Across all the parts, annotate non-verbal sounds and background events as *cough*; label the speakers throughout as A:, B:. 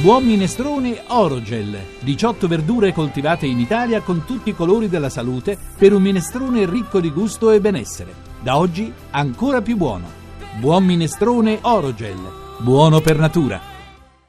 A: Buon minestrone Orogel. 18 verdure coltivate in Italia con tutti i colori della salute per un minestrone ricco di gusto e benessere. Da oggi ancora più buono. Buon minestrone Orogel. Buono per natura.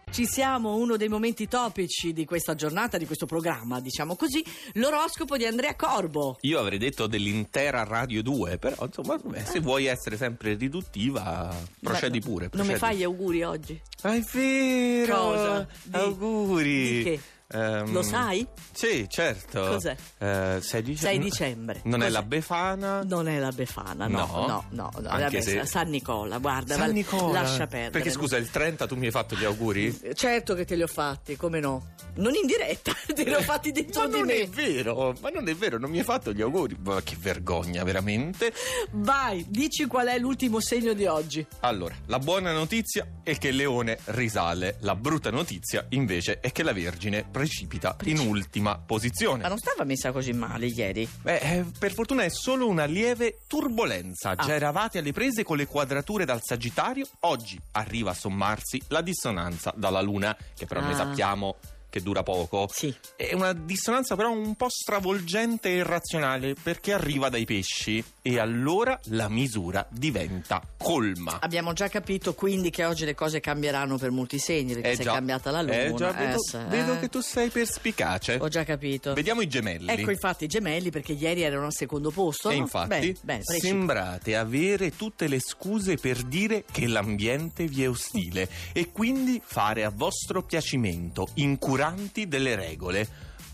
B: Ci siamo, uno dei momenti topici di questa giornata, di questo programma, diciamo così, l'oroscopo di Andrea Corbo.
C: Io avrei detto dell'intera Radio 2, però insomma, vabbè, se vuoi essere sempre riduttiva, procedi
B: Ma-
C: pure.
B: Non mi
C: procedi.
B: fai gli auguri oggi?
C: Ah, è vero!
B: Cosa? Di-
C: Auguri!
B: di che?
C: Ehm,
B: Lo sai?
C: Sì, certo.
B: Cos'è?
C: Eh, 6 dicembre.
B: 6 dicembre.
C: Non è
B: Cos'è?
C: la Befana.
B: Non è la Befana, no,
C: No.
B: no, no. no,
C: Anche
B: Vabbè,
C: se-
B: San Nicola, guarda,
C: San
B: va-
C: Nicola.
B: lascia perdere.
C: Perché scusa, il 30 tu mi hai fatto gli auguri?
B: Certo che te li ho fatti, come no? Non in diretta, *laughs* te li ho fatti
C: Ma
B: dentro di
C: non è
B: me.
C: vero, ma non è vero, non mi hai fatto gli auguri. Ma che vergogna, veramente.
B: Vai, dici qual è l'ultimo segno di oggi.
C: Allora, la buona notizia è che Leone risale, la brutta notizia invece è che la Vergine precipita in ultima
B: Ma
C: posizione.
B: non stava messa così male ieri.
C: Beh, eh, per fortuna è solo una lieve turbolenza.
B: Ah.
C: Già eravate alle prese con le quadrature dal Sagittario, oggi arriva a sommarsi la dissonanza dalla Luna, che però noi
B: Ah.
C: sappiamo che dura poco.
B: Sì.
C: È una dissonanza però un po' stravolgente e irrazionale perché arriva dai pesci e allora la misura diventa colma.
B: Abbiamo già capito quindi che oggi le cose cambieranno per molti segni, perché
C: Eh
B: si è
C: già.
B: cambiata la luna.
C: Eh già,
B: eh,
C: vedo,
B: se-
C: vedo
B: eh.
C: che tu sei perspicace.
B: Ho già capito.
C: Eh. Vediamo i gemelli.
B: Ecco infatti i gemelli perché ieri erano al secondo posto.
C: e
B: no?
C: infatti
B: Bene, bene, precipita.
C: sembrate avere tutte le scuse per dire che l'ambiente vi è ostile e quindi fare a vostro piacimento, incuranti delle regole.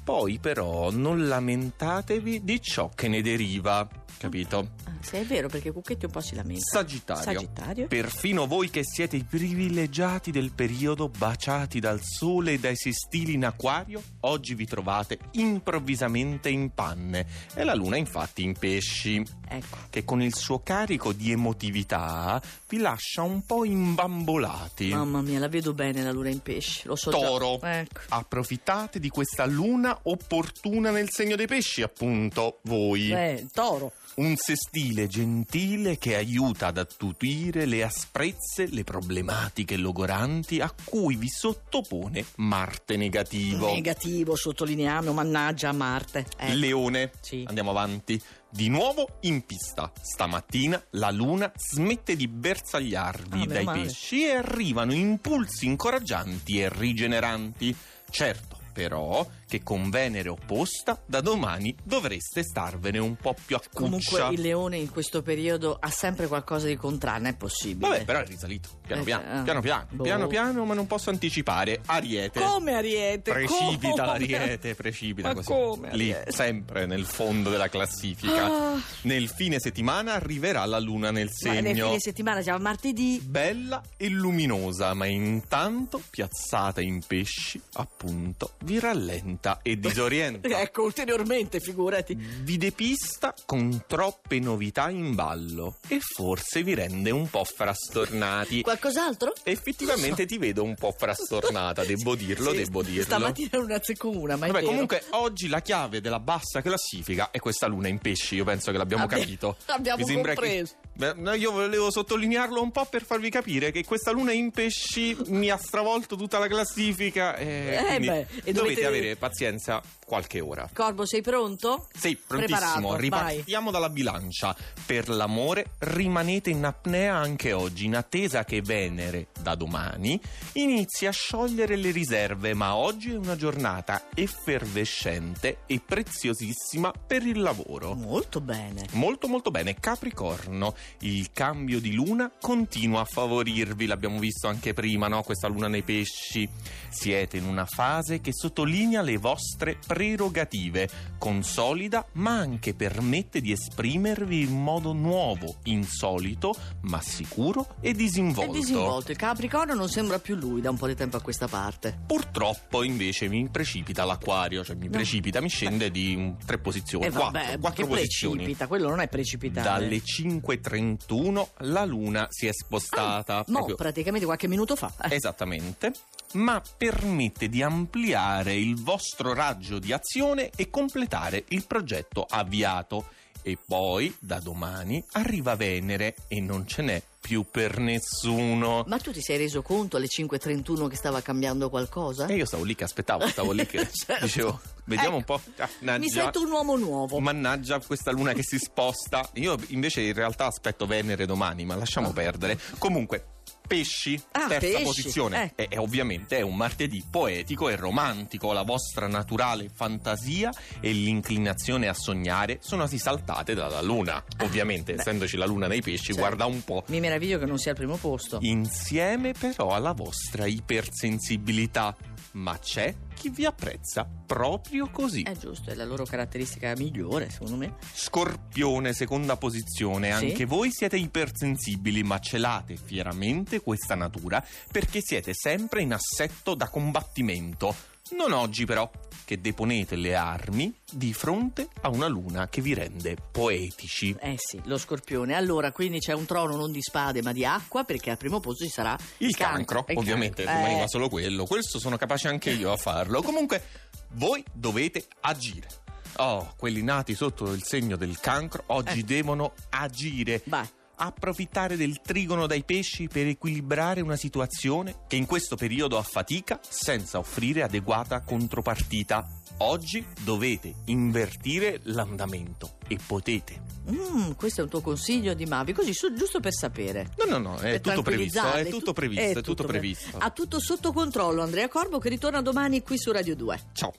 C: Poi però non lamentatevi di ciò che ne deriva, capito?
B: Ah, sì, è vero perché Cucchetti un po' si lamenta.
C: Sagittario.
B: Sagittario.
C: Perfino voi che siete i privilegiati del periodo baciati dal sole e dai sestili in acquario, oggi vi trovate improvvisamente in panne e la luna infatti in pesci,
B: Ecco.
C: che con il suo carico di emotività vi lascia un po' imbambolati.
B: Mamma mia, la vedo bene la luna in pesce. Lo so già.
C: Toro.
B: Ecco.
C: Approfittate di questa luna opportuna nel segno dei pesci, appunto, voi.
B: Eh, toro.
C: Un sestile gentile che aiuta ad attutire le asprezze, le problematiche logoranti a cui vi sottopone Marte negativo.
B: Negativo, sottolineiamo, mannaggia a Marte. Ecco.
C: Leone,
B: Sì.
C: andiamo avanti. Di nuovo in pista. Stamattina la luna smette di
B: Ah,
C: bersagliarvi
B: meno
C: dai
B: male.
C: pesci e arrivano impulsi incoraggianti e rigeneranti. Certo, però, che con Venere opposta, da domani dovreste starvene un po' più a cuccia.
B: Comunque il leone in questo periodo ha sempre qualcosa di contrario, non è possibile.
C: Vabbè, però è risalito. Piano
B: Eh,
C: piano,
B: ah,
C: piano piano,
B: boh.
C: piano piano, ma non posso anticipare. Ariete.
B: Come Ariete?
C: Precipita
B: come?
C: l'ariete, precipita
B: Ma
C: così.
B: come?
C: Lì,
B: Ariete?
C: sempre nel fondo della classifica.
B: Ah,
C: Nel fine settimana arriverà la luna nel
B: ma nel
C: segno.
B: fine settimana siamo a martedì.
C: Bella e luminosa, ma intanto piazzata in pesci, appunto, vi rallenta e disorienta.
B: *laughs* Ecco, ulteriormente, figurati.
C: Vi depista con troppe novità in ballo e forse vi rende un po' frastornati.
B: Qualcos'altro?
C: Effettivamente ti vedo un po'
B: *laughs*
C: frastornata, devo dirlo,
B: Sì,
C: devo dirlo.
B: Stamattina era una zecumuna, ma è
C: Vabbè,
B: vero.
C: comunque oggi la chiave della bassa classifica è questa luna in pesci, io penso che l'abbiamo
B: Abbi-
C: capito.
B: abbiamo
C: Mi sembra
B: compreso.
C: che- Beh, no, io volevo sottolinearlo un po' per farvi capire che questa luna in pesci mi ha stravolto tutta la classifica e,
B: Eh
C: quindi
B: beh, e
C: dovete
B: dovete-
C: avere pazienza qualche ora.
B: Corbo, sei pronto?
C: Sì, prontissimo.
B: Preparato,
C: Ripartiamo dalla bilancia. Per l'amore rimanete in apnea anche oggi, in attesa che Venere, da domani, inizi a sciogliere le riserve, ma oggi è una giornata effervescente e preziosissima per il lavoro.
B: Molto bene.
C: Molto molto bene, Capricorno, il cambio di luna continua a favorirvi, l'abbiamo visto anche prima, no? Questa luna nei pesci. Siete in una fase che sottolinea le vostre prerogative, consolida ma anche permette di esprimervi in modo nuovo, insolito, ma sicuro e
B: È
C: disinvolto.
B: disinvolto. Il Capricorno non sembra più lui da un po' di tempo a questa parte.
C: Purtroppo invece mi precipita l'acquario, cioè mi
B: No.
C: precipita, mi scende di mm, tre posizioni,
B: e Eh, vabbè,
C: quattro, quattro
B: che
C: posizioni.
B: precipita, quello non è precipitare.
C: Dalle 5.31 la luna si è spostata.
B: Ah, no,
C: proprio-
B: praticamente qualche minuto fa. Eh,
C: Esattamente. Ma permette di ampliare il vostro raggio di azione e completare il progetto avviato. E poi, da domani, arriva Venere e non ce n'è più per nessuno.
B: Ma tu ti sei reso conto alle 5.31 che stava cambiando qualcosa?
C: E io stavo lì che aspettavo, stavo lì che
B: *laughs* Certo.
C: dicevo, vediamo
B: Ecco,
C: un po'. Ah,
B: Mi
C: mannaggia.
B: sento un uomo nuovo.
C: Oh, Mannaggia questa luna che si sposta. Io invece in realtà aspetto Venere domani, ma lasciamo
B: Ah.
C: perdere. Comunque, pesci,
B: Ah,
C: terza
B: pesci,
C: posizione.
B: eh.
C: E, e ovviamente è un martedì poetico e romantico. La vostra naturale fantasia e l'inclinazione a sognare sono esaltate dalla luna. Ovviamente,
B: Ah, beh.
C: essendoci la luna nei pesci,
B: Certo.
C: guarda un po'.
B: Mi meraviglio che non sia al primo posto.
C: Insieme però alla vostra ipersensibilità. Ma c'è chi vi apprezza proprio così.
B: È Eh, giusto, è la loro caratteristica migliore, secondo me.
C: Scorpione, seconda posizione.
B: Sì.
C: Anche voi siete ipersensibili, ma celate fieramente questa natura perché siete sempre in assetto da combattimento. Non oggi, però, che deponete le armi di fronte a una luna che vi rende poetici.
B: Eh sì, lo scorpione. Allora, quindi c'è un trono non di spade ma di acqua, perché al primo posto ci sarà
C: Il cancro,
B: Il
C: ovviamente,
B: cancro.
C: rimaneva
B: Eh,
C: solo quello. Questo sono capace anche io a farlo. Comunque, voi dovete agire. Oh, quelli nati sotto il segno del cancro oggi
B: Eh.
C: devono agire.
B: Vai.
C: approfittare del trigono dai pesci per equilibrare una situazione che in questo periodo affatica senza offrire adeguata contropartita. Oggi dovete invertire l'andamento e potete.
B: Mm, questo è un tuo consiglio di Mavi, così su- giusto per sapere.
C: No, no, no, è
B: Per
C: tutto previsto,
B: tranquillizzarli,
C: è tutto
B: tu-
C: previsto, è tutto
B: pre-
C: previsto.
B: Ha tutto sotto controllo Andrea Corbo che ritorna domani qui su Radio 2.
C: Ciao.